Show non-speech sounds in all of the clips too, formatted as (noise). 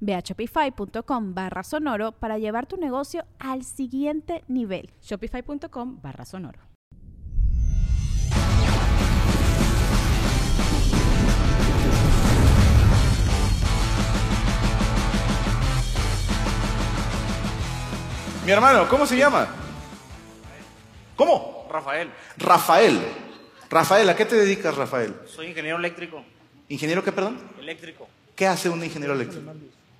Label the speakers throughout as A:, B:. A: Ve a shopify.com barra sonoro para llevar tu negocio al siguiente nivel.
B: Shopify.com barra sonoro.
C: Mi hermano, ¿cómo se llama? ¿Cómo?
D: Rafael,
C: Rafael. Rafael, ¿a qué te dedicas, Rafael?
D: soy ingeniero eléctrico.
C: ¿Ingeniero qué, perdón?
D: Eléctrico.
C: ¿Qué hace un ingeniero eléctrico?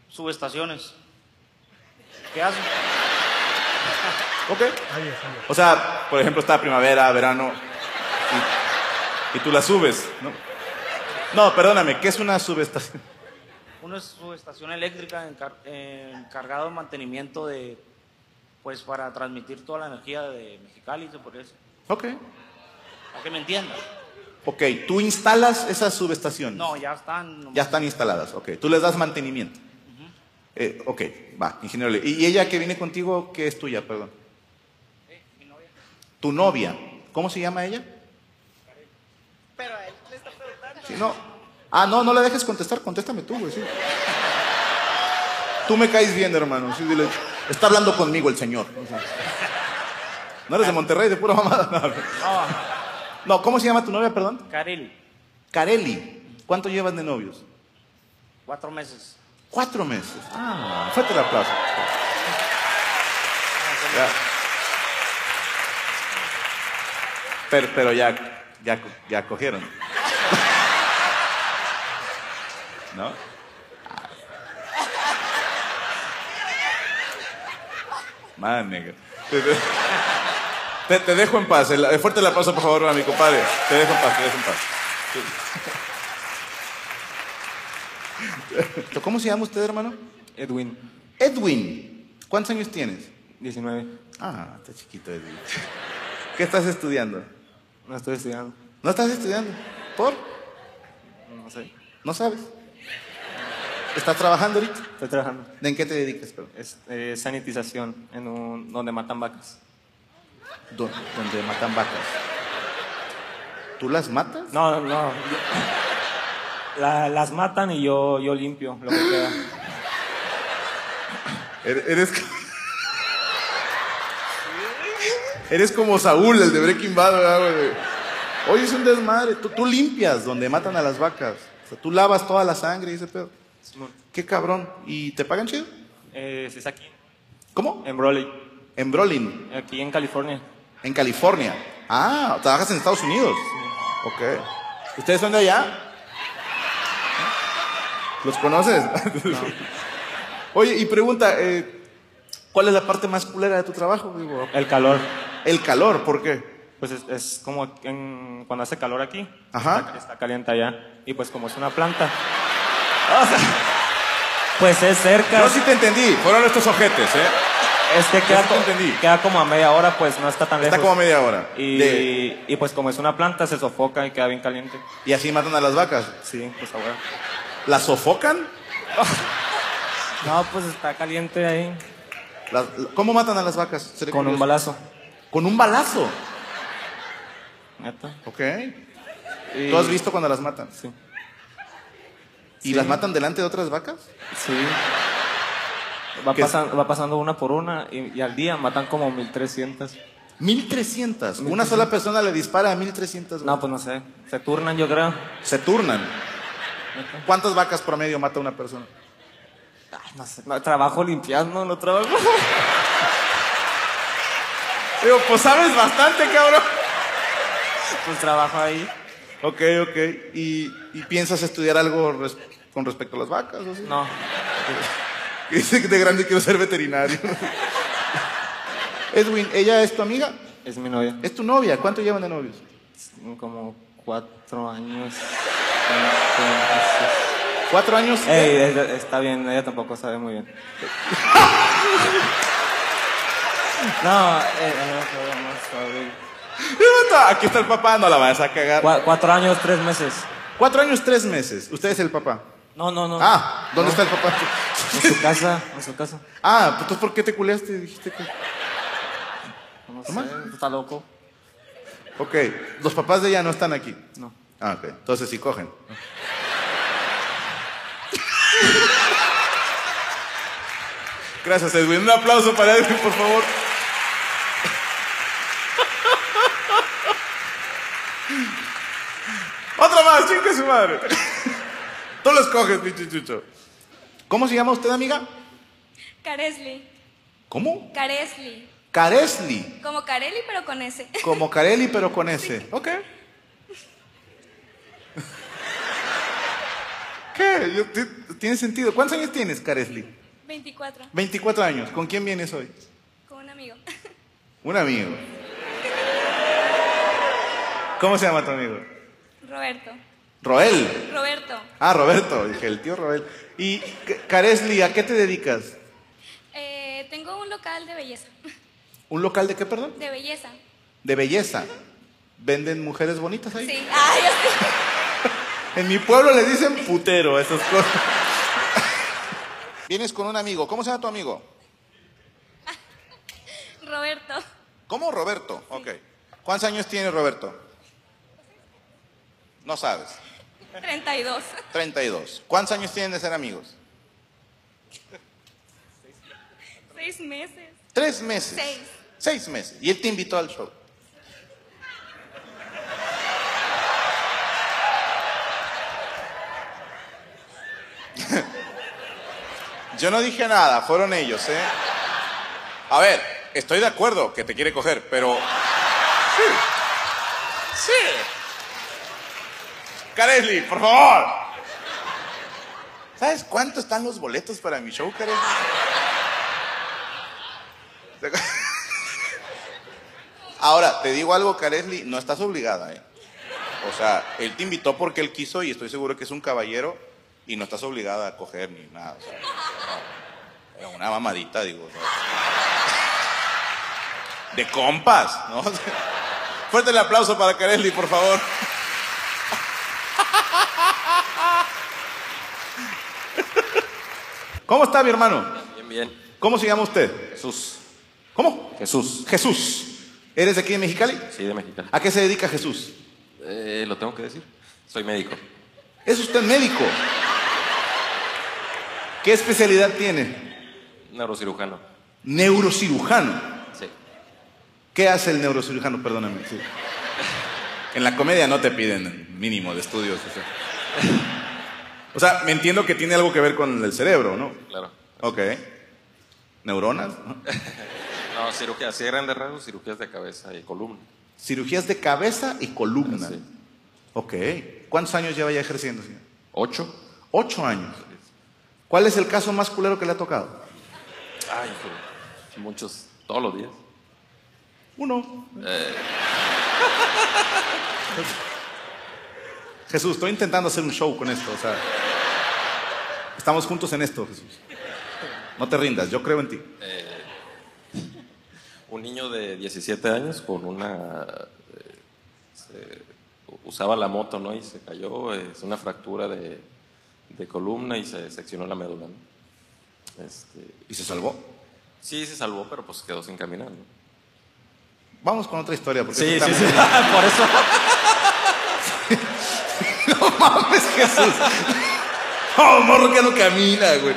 D: Subestaciones. ¿Qué hace?
C: Ok. O sea, por ejemplo, está primavera, verano, y, y tú la subes, ¿no? No, perdóname, ¿qué es una subestación?
D: Una subestación eléctrica encar- eh, encargado de mantenimiento de, pues para transmitir toda la energía de Mexicali, se podría decir.
C: Ok.
D: Para que me entiendas.
C: Ok, ¿tú instalas esas subestaciones?
D: No, ya están. nomás-
C: Ya están instaladas, ok. Tú les das mantenimiento. Eh, ok, va, ingeniero. Lee. ¿Y y ella que viene contigo, qué es tuya, perdón? Tu novia. ¿Cómo se llama ella? Pero él le está preguntando. no. Ah, no, no la dejes contestar, contéstame tú, güey. sí. Tú me caes bien, hermano. sí, dile, está hablando conmigo el señor. O sea, no eres de Monterrey, de pura mamada.
D: No,
C: No, no ¿cómo se llama tu novia, perdón?
D: Caril,
C: Careli. ¿Cuánto llevas de novios?
D: cuatro meses.
C: Cuatro meses. Ah, fuerte el aplauso. Ya. Pero, pero ya, ya, co- ya cogieron. ¿No? Madre negra. Te, te- te- te dejo en paz. El- fuerte el aplauso, por favor, a mi compadre. Te dejo en paz, te dejo en paz. Sí. ¿Cómo se llama usted, hermano?
E: Edwin,
C: Edwin. ¿Cuántos años tienes?
E: 19.
C: Ah, está chiquito Edwin. (laughs) ¿Qué estás estudiando?
E: No estoy estudiando.
C: ¿No estás estudiando? ¿Por?
E: No sé.
C: ¿No sabes? ¿Estás trabajando ahorita?
E: Estoy trabajando.
C: ¿En qué te dedicas, perdón?
E: Es, eh, sanitización en un, donde matan vacas.
C: Do- donde matan vacas. ¿Tú las matas?
E: No, no. (laughs) yo- La- las matan y yo, yo limpio lo que queda.
C: Er- Eres... (laughs) Eres como Saúl, el de Breaking Bad, ¿verdad, güey? Oye, es un desmadre. Tú, tú limpias donde matan a las vacas. O sea, tú lavas toda la sangre y ese pedo.
E: Simón.
C: Qué cabrón. ¿Y te pagan chido?
E: Eh, es aquí,
C: ¿Cómo?
E: en Broly,
C: En Brolin.
E: aquí en California.
C: En California. Ah, trabajas en Estados Unidos. Ok. ¿Ustedes son de allá? ¿Los conoces? Oye, y pregunta, eh, ¿cuál es la parte más culera de tu trabajo? Digo,
E: El calor,
C: el calor, ¿por qué?
E: pues es, es como en- cuando hace calor aquí,
C: Ajá.
E: Está, está caliente allá. Y pues como es una planta, (laughs) o sea, pues es cerca.
C: Yo sí te entendí, fueron estos ojetes, ¿eh?
E: Es que
C: Yo
E: queda,
C: sí te
E: co-
C: entendí.
E: queda como a media hora, pues no está tan lejos.
C: Está como a media hora.
E: Y,
C: De-
E: y pues como es una planta, se sofoca y queda bien caliente.
C: y así matan a las vacas.
E: Sí, pues ahora.
C: ¿Las sofocan?
E: No, pues está caliente ahí.
C: Las- ¿Cómo matan a las vacas? Seré
E: Con un
C: curioso.
E: balazo.
C: Con un balazo.
E: Neta.
C: Ok.
E: Y-
C: ¿Tú has visto cuando las matan?
E: Sí.
C: ¿Y las matan delante de otras vacas?
E: Sí. Va,
C: ¿Qué es?
E: pasan- va pasando una por una y, y al día matan como 1300.
C: 1300. Una sola persona le dispara a 1300.
E: No, pues no sé. Se turnan, yo creo.
C: Se turnan. ¿Cuántas vacas promedio mata una persona?
E: Ay, no sé. No, trabajo limpiando, no trabajo. (laughs)
C: Digo, pues sabes bastante, cabrón.
D: pues trabajo ahí.
C: Ok, ok. ¿Y, y piensas estudiar algo res- con respecto a las vacas? o así?
D: No.
C: Que (laughs) Dice que de grande quiero ser veterinario. Edwin, ¿ella es tu amiga?
E: Es mi novia.
C: ¿Es tu novia? ¿Cuánto llevan de novios?
E: Como cuatro años.
C: ¿Cuatro años?
E: Ey, es- está bien, ella tampoco sabe
C: (laughs)
E: muy bien. No, eh, eh, podemos abrir.
C: Levanta, Aquí está el papá, no la vas a cagar.
E: Cua- cuatro años, tres meses.
C: Cuatro años, tres meses. Usted es el papá.
E: No, no, no.
C: Ah, ¿dónde
E: No,
C: está el papá?
E: En su casa, en su casa.
C: Ah, pues ¿tú por qué te culeaste? Dijiste que...
E: No
C: ¿Cómo?
E: sé, está loco.
C: Ok, los papás de ella no están aquí.
E: No.
C: Ah, ok. Entonces sí cogen. Gracias, Edwin. Un aplauso para Edwin, por favor. Otra más, chingue su madre. Tú los coges, pinche chucho. ¿Cómo se llama usted, amiga?
F: Caresli.
C: ¿Cómo?
F: Caresli.
C: Caresli.
F: Como Carelli, pero con ese.
C: Como Carelli, pero con S. Ok. ¿Qué? Yo- ti- tiene sentido. ¿Cuántos años tienes, Caresli?
F: 24.
C: 24 años. ¿Con quién vienes hoy?
F: Con un amigo.
C: Un amigo. ¿Cómo se llama tu amigo?
F: Roberto.
C: Roel.
F: Roberto.
C: Ah, Roberto. Dije, el tío Roel. Y, C- Caresli, ¿a qué te dedicas?
F: Eh, tengo un local de belleza.
C: ¿Un local de qué, perdón?
F: De belleza.
C: De belleza. ¿Venden mujeres bonitas ahí?
F: Sí. Ay, así.
C: En mi pueblo le dicen putero a esas cosas. Vienes con un amigo. ¿Cómo se llama tu amigo?
F: Roberto.
C: ¿Cómo? Roberto. Ok. ¿Cuántos años tiene Roberto? No sabes.
F: 32.
C: 32. ¿Cuántos años tienen de ser amigos?
F: Seis meses.
C: Tres meses.
F: Seis.
C: Seis meses. Y él te invitó al show. (laughs) Yo no dije nada, fueron ellos, ¿eh? A ver, estoy de acuerdo que te quiere coger, pero... Sí. Sí. Caresli, por favor. ¿Sabes cuánto están los boletos para mi show, Caresli? Ahora, te digo algo, Caresli, no estás obligada, ¿eh? O sea, él te invitó porque él quiso y estoy seguro que es un caballero y no estás obligada a coger ni nada. o sea, no. Era una mamadita, digo. o sea. De compas, ¿no? (laughs) Fuerte el aplauso para Caresli, por favor. (laughs) ¿Cómo está mi hermano?
E: Bien, bien.
C: ¿Cómo se llama usted?
E: Jesús.
C: ¿Cómo?
E: Jesús.
C: Jesús. ¿Eres de aquí de Mexicali?
E: Sí, de México.
C: ¿A qué se dedica Jesús?
E: ¿Lo tengo que decir? Soy médico.
C: ¿Es usted médico? ¿Qué especialidad tiene?
E: Neurocirujano.
C: Neurocirujano.
E: Sí.
C: ¿Qué hace el neurocirujano? Perdóname. sí. En la comedia no te piden mínimo de estudios. O sea. O sea, me entiendo que tiene algo que ver con el cerebro, ¿no?
E: Claro.
C: Ok. ¿Neuronas? ¿no?
E: No, cirugía, así de grandes rasgos, cirugías de cabeza y columna.
C: Cirugías de cabeza y columna.
E: Sí.
C: Ok. ¿Cuántos años lleva ya ejerciendo, señor?
E: ¿Ocho?
C: Ocho años. ¿Cuál es el caso más culero que le ha tocado?
E: Ay, hijo, muchos, todos los días.
C: Uno. Jesús, estoy intentando hacer un show con esto, o sea. Estamos juntos en esto, Jesús. No te rindas, yo creo en ti.
E: Un niño de 17 años con una... eh, se- usaba la moto, ¿no? Y se cayó, es una fractura de, de columna y se seccionó la médula, ¿no? Este,
C: Y se salvó.
E: sí, se salvó, pero pues quedó sin caminar, ¿no?
C: Vamos con otra historia, porque
E: Sí,
C: esto
E: sí,
C: está
E: sí,
C: muy-
E: por eso.
C: No mames, Jesús. No, morro que no camina, güey.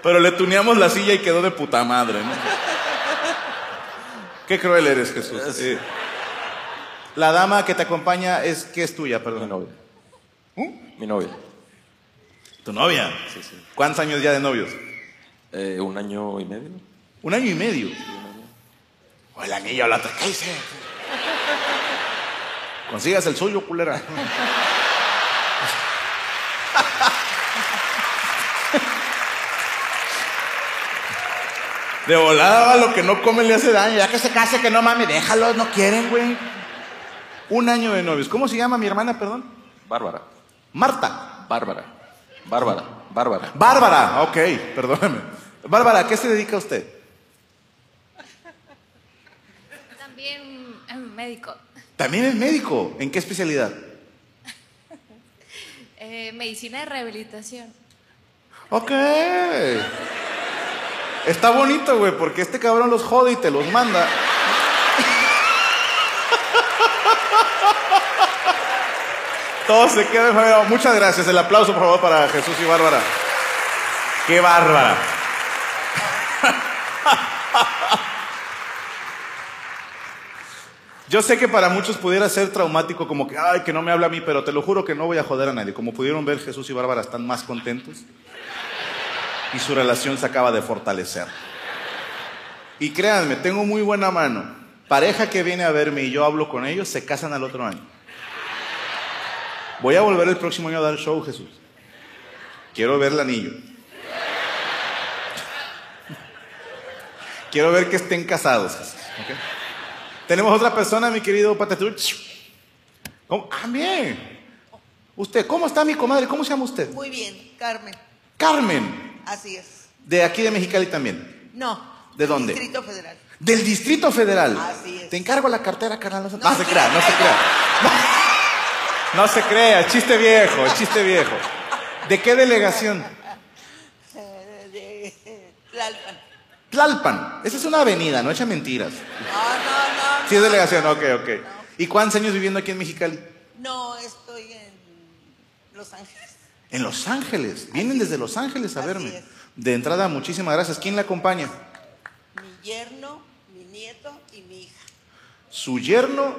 C: Pero le tuneamos la silla y quedó de puta madre, ¿no? Qué cruel eres, Jesús. Eh, La dama que te acompaña es que es tuya,
E: Mi
C: perdón.
E: novia. ¿Mm? Mi novia,
C: ¿Tu novia?
E: sí, sí.
C: ¿Cuántos años ya de novios?
E: Eh, un año y medio.
C: Un año y medio. O el anillo, la otra. ¿Qué hice? Consigas el suyo, culera. De volada, lo que no come le hace daño. Ya que se case, que no mami, déjalos, no quieren, güey. Un año de novios. ¿Cómo se llama mi hermana, perdón?
E: Bárbara,
C: Marta.
E: Bárbara, Bárbara, Bárbara.
C: Bárbara. Ok, perdóname. Bárbara, ¿a qué se dedica usted?
F: También eh, médico.
C: También es médico. ¿En qué especialidad?
F: Eh, medicina de rehabilitación.
C: Ok. Está bonito, güey, porque este cabrón los jode y te los manda. Todos se quedan enfermos. Muchas gracias. El aplauso, por favor, para Jesús y Bárbara. ¡Qué bárbara! Yo sé que para muchos pudiera ser traumático como que, ay, que no me habla a mí, pero te lo juro que no voy a joder a nadie. Como pudieron ver, Jesús y Bárbara están más contentos y su relación se acaba de fortalecer. Y créanme, tengo muy buena mano. Pareja que viene a verme y yo hablo con ellos, se casan al otro año. Voy a volver el próximo año a dar show, Jesús. Quiero ver el anillo. Quiero ver que estén casados, Jesús. ¿ok? Tenemos otra persona, mi querido Patatuch. ¿Cómo? Ah, bien. Usted, ¿cómo está mi comadre? ¿Cómo se llama usted?
G: Muy bien, Carmen.
C: Carmen.
G: Así es.
C: De aquí de Mexicali también.
G: No.
C: ¿De dónde?
G: Distrito Federal.
C: Del Distrito Federal.
G: Así es.
C: Te encargo la cartera, carnal. No, se-
G: No,
C: no se crea, no se crea. No, se crea, chiste viejo, chiste viejo. ¿De qué delegación?
G: Eh, de Tlalpan.
C: Tlalpan. Esa es una avenida, no echa mentiras.
G: No, no, no.
C: Sí es delegación, ok, ok. ¿Y cuántos años viviendo aquí en Mexicali?
G: No, estoy en Los Ángeles.
C: En Los Ángeles. Vienen desde Los Ángeles a
G: Así
C: verme.
G: es.
C: De entrada, muchísimas gracias. ¿Quién la acompaña?
G: Mi yerno, mi nieto y mi hija.
C: Su yerno,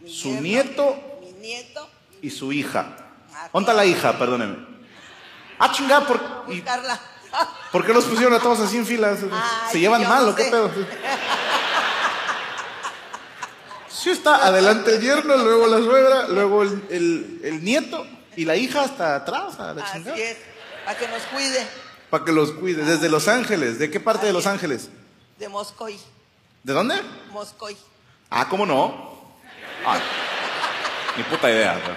G: Mi
C: Su
G: yerno,
C: nieto.
G: Mi nieto.
C: y su hija.
G: Así
C: ¿Dónde está la
G: es.
C: hija? Perdóneme. Ah, chingada, ¿por,
G: Y
C: y-
G: Pues, Carla.
C: ¿por qué los pusieron a todos así en fila? ¿Se-
G: Ay,
C: ¿Se llevan
G: yo
C: mal
G: no
C: o qué
G: sé.
C: pedo? Sí está, adelante el yerno, luego la suegra, luego el, el- el nieto y la hija hasta atrás, a la chingada.
G: Así es. Para que nos cuide
C: Para que los cuide. Desde Los Ángeles, ¿de qué parte de Los Ángeles?
G: de Moscoy.
C: ¿De dónde?
G: Moscoy.
C: Ah, ¿cómo no? Ah, ni puta idea. güey.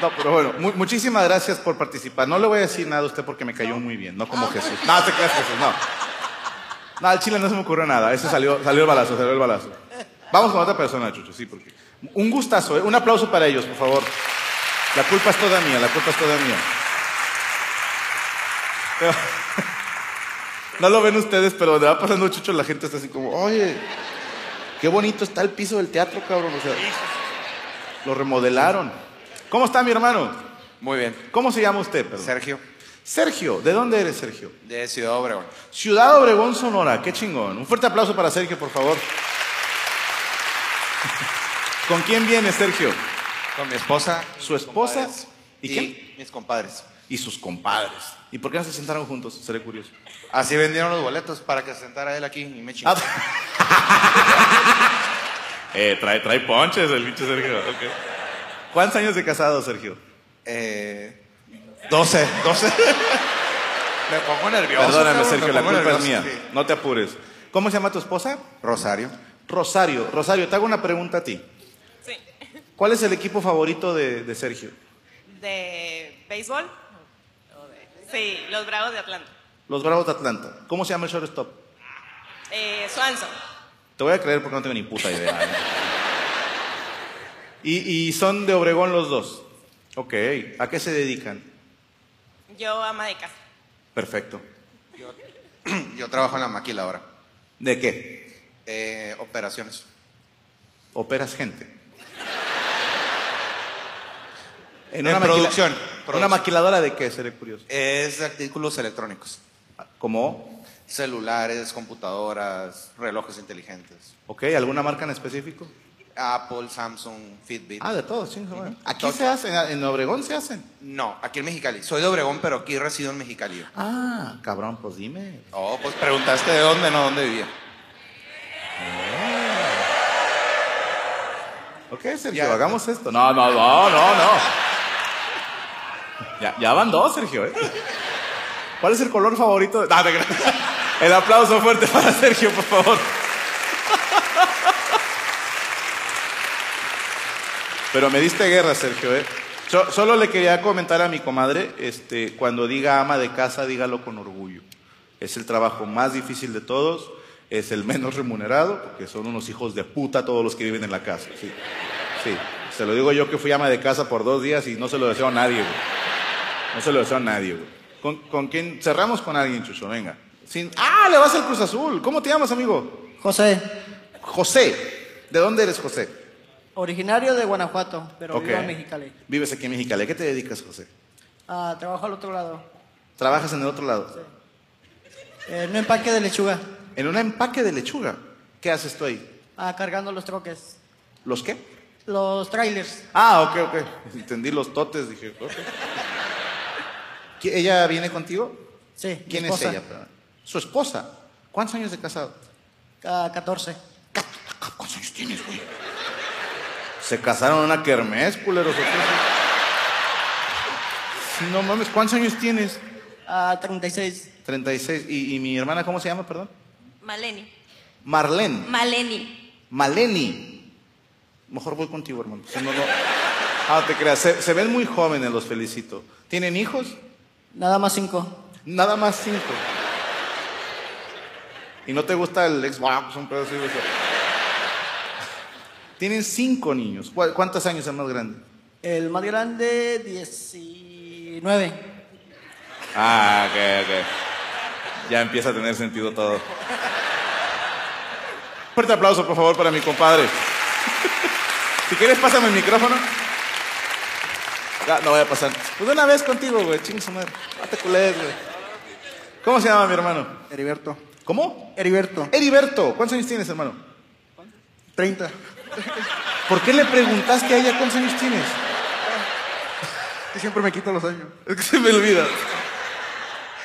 C: No, pero bueno, mu- muchísimas gracias por participar. No le voy a decir nada a usted porque me cayó muy bien, no como Jesús. No, te creas Jesús, no. No, al chile no se me ocurrió nada. Ese salió, salió el balazo, salió el balazo. Vamos con otra persona, Chucho, sí, porque... Un gustazo, ¿eh? un aplauso para ellos, por favor. La culpa es toda mía, la culpa es toda mía. (laughs) Pero- No lo ven ustedes, pero donde va pasando Chucho, la gente está así como, oye, qué bonito está el piso del teatro, cabrón. O sea, lo remodelaron. ¿Cómo está mi hermano?
H: Muy bien.
C: ¿Cómo se llama usted? perdón?
H: Sergio,
C: Sergio, ¿de dónde eres, Sergio?
H: de Ciudad Obregón.
C: Ciudad Obregón, Sonora. Qué chingón. Un fuerte aplauso para Sergio, por
H: (laughs)
C: favor. ¿Con quién viene Sergio?
H: Con mi esposa.
C: ¿Su
H: mis
C: esposa?
H: compadres
C: ¿Y
H: ¿Y,
C: quién?
H: Mis compadres.
C: Y sus compadres. ¿Y por qué no se sentaron juntos? Seré curioso.
H: Así vendieron los boletos para que se sentara él aquí y me chingó.
C: Ah. (laughs) eh, trae, trae ponches el bicho Sergio. ok. ¿Cuántos años de casado, Sergio?
H: Eh, 12, 12. me pongo nervioso.
C: Perdóname,
H: cabrón,
C: Sergio,
H: me
C: la
H: pongo
C: culpa es mía.
H: nervioso, sí.
C: No te apures. ¿Cómo se llama tu esposa?
H: Rosario,
C: Rosario. Rosario, te hago una pregunta a ti.
I: Sí.
C: ¿Cuál es el equipo favorito de, de Sergio?
I: ¿De béisbol? O de- Sí, los Bravos de Atlanta.
C: Los Bravos de Atlanta. ¿Cómo se llama el shortstop?
I: Eh, Swanson.
C: Te voy a creer porque no tengo ni puta idea. ¿eh? y, y son de Obregón los dos. Ok. ¿A qué se dedican?
I: Yo ama de casa.
C: Perfecto.
H: yo trabajo en la maquila ahora.
C: ¿De qué?
H: Eh, operaciones.
C: Operas gente. En,
H: En
C: maquila-
H: producción,
C: ¿Una
H: producción.
C: maquiladora de qué? Seré curioso.
H: Es de artículos electrónicos.
C: ¿Cómo?
H: Celulares, computadoras, relojes inteligentes.
C: Ok. ¿Alguna marca en específico?
H: Apple, Samsung, Fitbit.
C: Ah, de todos, sí. bueno. Aquí
H: Todo.
C: se hacen, en Obregón se hacen.
H: No, aquí en Mexicali. Soy de Obregón, pero aquí resido en Mexicali.
C: Ah, cabrón, pues dime.
H: Oh, pues preguntaste de dónde, no dónde vivía.
C: Ok, Sergio,
H: Ya.
C: hagamos esto. No, no, no, no, no. Ya, ya van dos, Sergio. ¿eh? ¿Cuál es el color favorito? de- No, te creas. El aplauso fuerte para Sergio, por favor. Pero me diste guerra, Sergio. ¿eh? So- solo le quería comentar a mi comadre, este, cuando diga ama de casa, dígalo con orgullo. Es el trabajo más difícil de todos, es el menos remunerado, porque son unos hijos de puta todos los que viven en la casa. Sí, sí. Se lo digo yo que fui ama de casa por dos días y no se lo deseo a nadie, güey. No se lo deseo a nadie, güey. ¿Con, con quién? Cerramos con alguien, Chucho, venga. Sin... ¡Ah, le vas al Cruz Azul! ¿Cómo te llamas, amigo?
J: José,
C: José. ¿De dónde eres, José?
J: originario de Guanajuato, pero
C: Ok.
J: vivo en Mexicali.
C: Vives aquí en Mexicali. ¿A qué te dedicas, José?
J: Ah, trabajo al otro lado,
C: ¿Trabajas en el otro lado?
J: en un Eh, empaque de lechuga,
C: En un empaque de lechuga. ¿Qué haces tú ahí?
J: ah, cargando los troques,
C: ¿Los qué?
J: los trailers.
C: Ah, ok, ok. Entendí los totes, dije. ok. ¿Qui- ¿Ella viene contigo?
J: Sí, mi
C: ¿Quién es
J: esposa.
C: ella? perdón? Su esposa. ¿Cuántos años de casado?
J: Ah, 14.
C: ¿Cuántos años tienes, güey? Se casaron en una kermés, culeros. ¿o qué? No mames, ¿cuántos años tienes?
J: Ah, 36.
C: 36. ¿Y, y mi hermana cómo se llama, perdón?
G: Maleni.
C: Marlene.
G: Maleni.
C: Maleni. Mejor voy contigo, hermano. Si no, no. Ah, te creas. Se, se ven muy jóvenes, los felicito. ¿Tienen hijos?
J: Nada más 5.
C: Nada más cinco. ¿Y no te gusta el Xbox? Un pedazo de eso? Tienen cinco niños. ¿Cuál- ¿Cuántos años es más grande?
J: El más grande, 19.
C: Ah, ok, ok. Ya empieza a tener sentido todo. Fuerte aplauso, por favor, para mi compadre. Si quieres, pásame el micrófono. Ya, no voy a pasar. Pues de una vez contigo, güey. Chingue su madre. No te culés, güey. ¿Cómo se llama mi hermano?
J: Heriberto.
C: ¿Cómo?
J: Heriberto,
C: Heriberto. ¿Cuántos años tienes, hermano?
J: 30.
C: ¿Por qué le preguntaste a ella cuántos años tienes?
J: Que siempre me quito los años.
C: Es que se me olvida.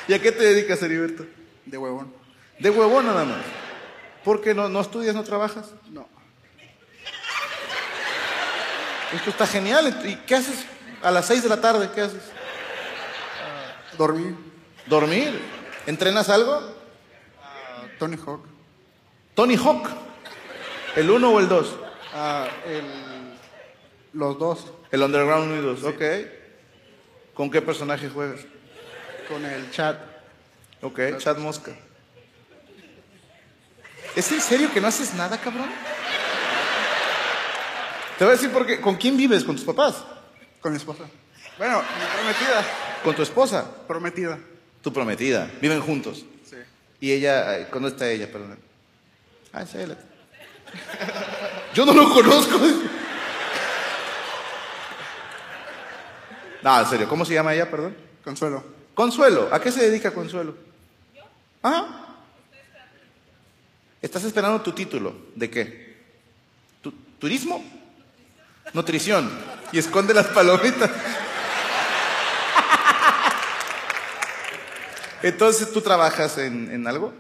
C: ¿Y a qué te dedicas, Heriberto?
J: De huevón.
C: De huevón nada más. ¿Por qué no, no estudias, no trabajas?
J: No.
C: Esto está genial. ¿Y qué haces a las 6 de la tarde? ¿Qué haces?
J: Dormí.
C: ¿Dormir? ¿Entrenas algo?
J: Tony Hawk.
C: Tony Hawk. ¿El 1 o el 2?
J: Ah, Los dos.
C: El Underground 1 y 2. Ok. ¿Con qué personaje juegas?
J: Con el chat.
C: Ok, Chad Mosca. ¿Es en serio que no haces nada, cabrón? Te voy a decir porque ¿con quién vives? ¿Con tus papás?
J: Con mi esposa. Bueno, mi prometida.
C: ¿Con tu esposa?
J: Prometida.
C: Tu prometida. Viven juntos.
J: Sí.
C: Y ella, ay, ¿cuándo está ella? Perdón. Ah, es ella. Yo no lo conozco. No, en serio, ¿cómo se llama ella, perdón?
J: Consuelo.
C: Consuelo, ¿a qué se dedica Consuelo? ¿Ah? Estás esperando tu título. ¿De qué? ¿Tu- ¿Turismo? Nutrición. Y esconde las palomitas. Entonces, ¿tú trabajas en, en algo?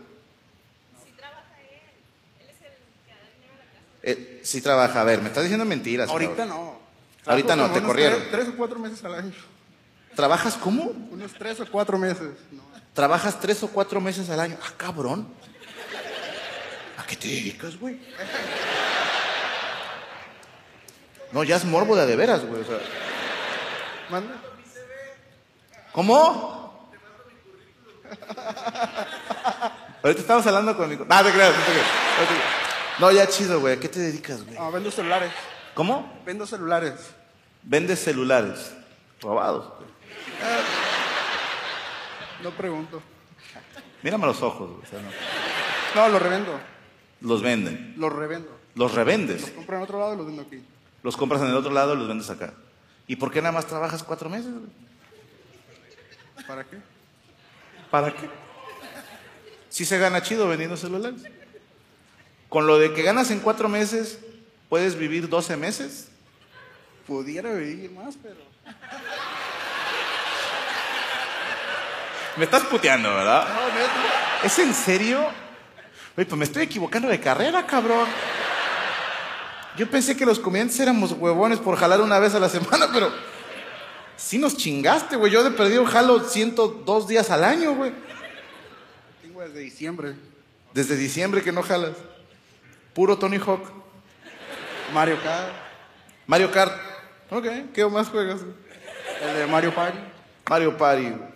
C: Eh, sí trabaja, a ver, me estás diciendo mentiras.
J: Ahorita
C: cabrón.
J: no.
C: Ahorita no,
J: Como
C: te
J: unos
C: corrieron.
J: Tres, tres o cuatro meses al año.
C: ¿Trabajas cómo?
J: Unos tres o cuatro meses. No.
C: Trabajas tres o cuatro meses al año. Ah, cabrón. ¿A qué te dedicas, güey? No, ya es morbo de a de veras, güey. o sea.
J: ¿Manda?
C: ¿Cómo? Ahorita estamos hablando con mi... co- No, te creas, no te creas. No, te creas. No, ya chido, güey. ¿A qué te dedicas, güey?
J: Ah, vendo celulares.
C: ¿Cómo?
J: Vendo celulares.
C: Vendes celulares. Robados.
J: No pregunto.
C: Mírame a los ojos, güey. o sea, no.
J: No, los revendo.
C: Los venden.
J: Los revendo.
C: Los
J: Los
C: revendes.
J: compro en otro lado y los vendo aquí.
C: Los compras en el otro lado y los vendes acá. ¿Y por qué nada más trabajas cuatro meses, güey?
J: ¿Para qué?
C: ¿Para qué? Si se gana chido vendiendo celulares. Con lo de que ganas en cuatro meses, puedes vivir 12 meses.
J: Pudiera vivir más, pero.
C: Me estás puteando, ¿verdad?
J: No, neta.
C: ¿Es en serio? Oye, pues me estoy equivocando de carrera, cabrón. Yo pensé que los comediantes éramos huevones por jalar una vez a la semana, pero sí nos chingaste, güey. Yo de perdido jalo 102 días al año, güey.
J: Tengo desde diciembre.
C: Desde diciembre que no jalas. Puro Tony Hawk.
J: Mario Kart.
C: Mario Kart. Ok, ¿qué más juegas? güey?
J: El de Mario Party.
C: Mario Party. güey.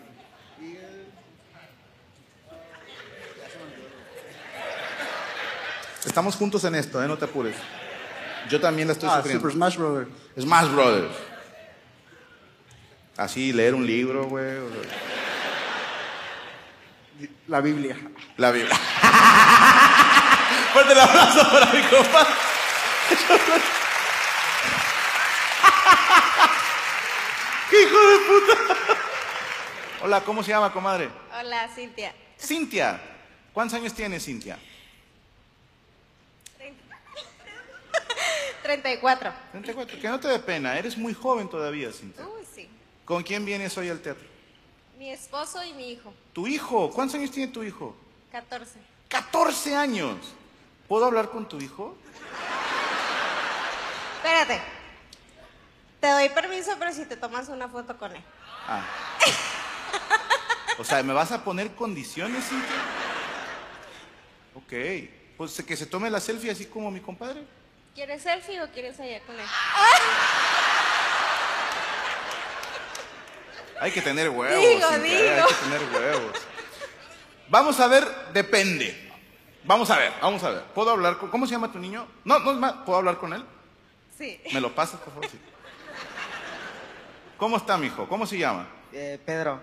C: Estamos juntos en esto, ¿eh? No te apures. Yo también la estoy
J: ah,
C: sufriendo.
J: Super Smash Brothers.
C: Smash Brothers. Así, leer un libro, güey. o sea,
J: La Biblia.
C: La Biblia. (laughs) Fuerte el abrazo para mi compadre. (laughs) ¡Qué hijo de puta! Hola, ¿cómo se llama, comadre?
K: Hola, Cintia.
C: Cintia. ¿Cuántos años tienes, Cintia?
K: 34.
C: 34. Que no te dé pena, eres muy joven todavía, Cintia.
K: Uy, sí.
C: ¿Con quién vienes hoy al teatro?
K: Mi esposo y mi hijo.
C: ¿Tu hijo? ¿Cuántos años tiene tu hijo?
K: 14.
C: 14 años. ¿Puedo hablar con tu hijo?
K: Espérate. Te doy permiso, pero si te tomas una foto con él.
C: Ah. O sea, ¿me vas a poner condiciones, Cintia? Ok. Pues que se tome la selfie así como mi compadre.
K: ¿Quieres selfie o quieres allá con él?
C: Hay que tener huevos.
K: Digo,
C: Cintia,
K: digo.
C: Hay que tener huevos. Vamos a ver, depende. Vamos a ver, vamos a ver. ¿Puedo hablar con... ¿Cómo se llama tu niño? No, no es más. ¿Puedo hablar con él?
K: Sí.
C: ¿Me lo pasas, por favor? Sí. ¿Cómo está, mijo? ¿Cómo se llama?
L: Eh, Pedro,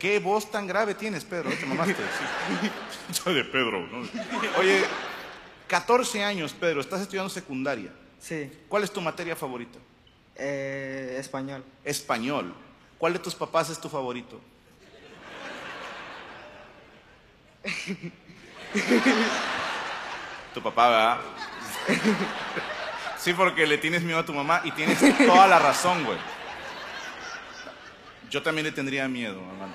C: ¿Qué voz tan grave tienes, Pedro? Te (laughs) mamaste. Sí. Soy de Pedro. ¿no? Oye, 14 años, Pedro. Estás estudiando secundaria.
L: sí,
C: ¿Cuál es tu materia favorita?
L: eh, español.
C: Español. ¿Cuál de tus papás es tu favorito? tu papá, ¿verdad? Sí, porque le tienes miedo a tu mamá y tienes toda la razón, güey. Yo también le tendría miedo, hermano.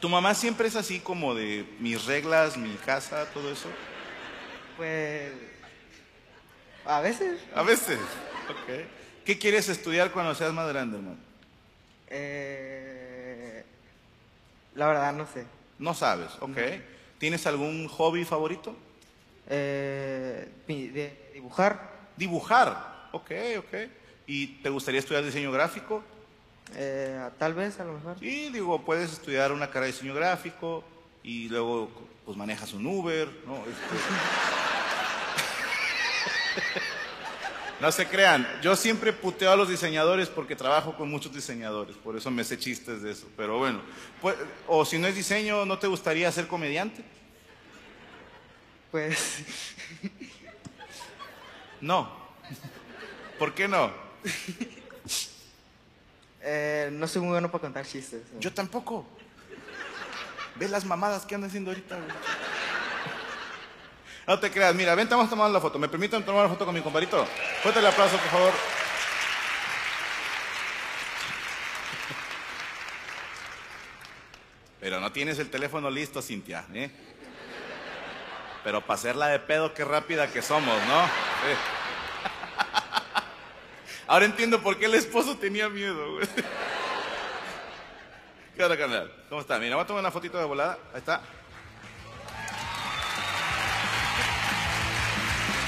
C: ¿Tu mamá siempre es así como de mis reglas, mi casa, todo eso?
L: Pues, a veces,
C: A veces. Ok. ¿Qué quieres estudiar cuando seas más grande, hermano?
L: eh, la verdad no sé.
C: No sabes, ok. ¿Tienes algún hobby favorito?
L: Eh, pi- de dibujar,
C: Dibujar. Ok, ok. ¿Y te gustaría estudiar diseño gráfico?
L: eh, tal vez, a lo mejor.
C: Sí, digo, puedes estudiar una carrera de diseño gráfico y luego pues manejas un Uber, ¿no? Este- (laughs) no se crean, yo siempre puteo a los diseñadores porque trabajo con muchos diseñadores, por eso me sé chistes de eso, pero bueno. Pues, o si no es diseño, ¿no te gustaría ser comediante?
L: Pues, (laughs)
C: No. (laughs) ¿Por qué no?
L: eh, no soy muy bueno para contar chistes.
C: Yo tampoco. Ve las mamadas que andan haciendo ahorita, güey. No te creas, mira, ven, te vamos a tomar la foto. ¿Me permiten tomar la foto con mi compadrito? Fuerte el aplauso, por favor. Pero no tienes el teléfono listo, Cintia, ¿eh? Pero para hacerla de pedo, qué rápida que somos, ¿no? Sí. (laughs) Ahora entiendo por qué el esposo tenía miedo, güey. ¿Qué onda, carnal? ¿Cómo está? Mira, voy a tomar una fotito de volada. Ahí está.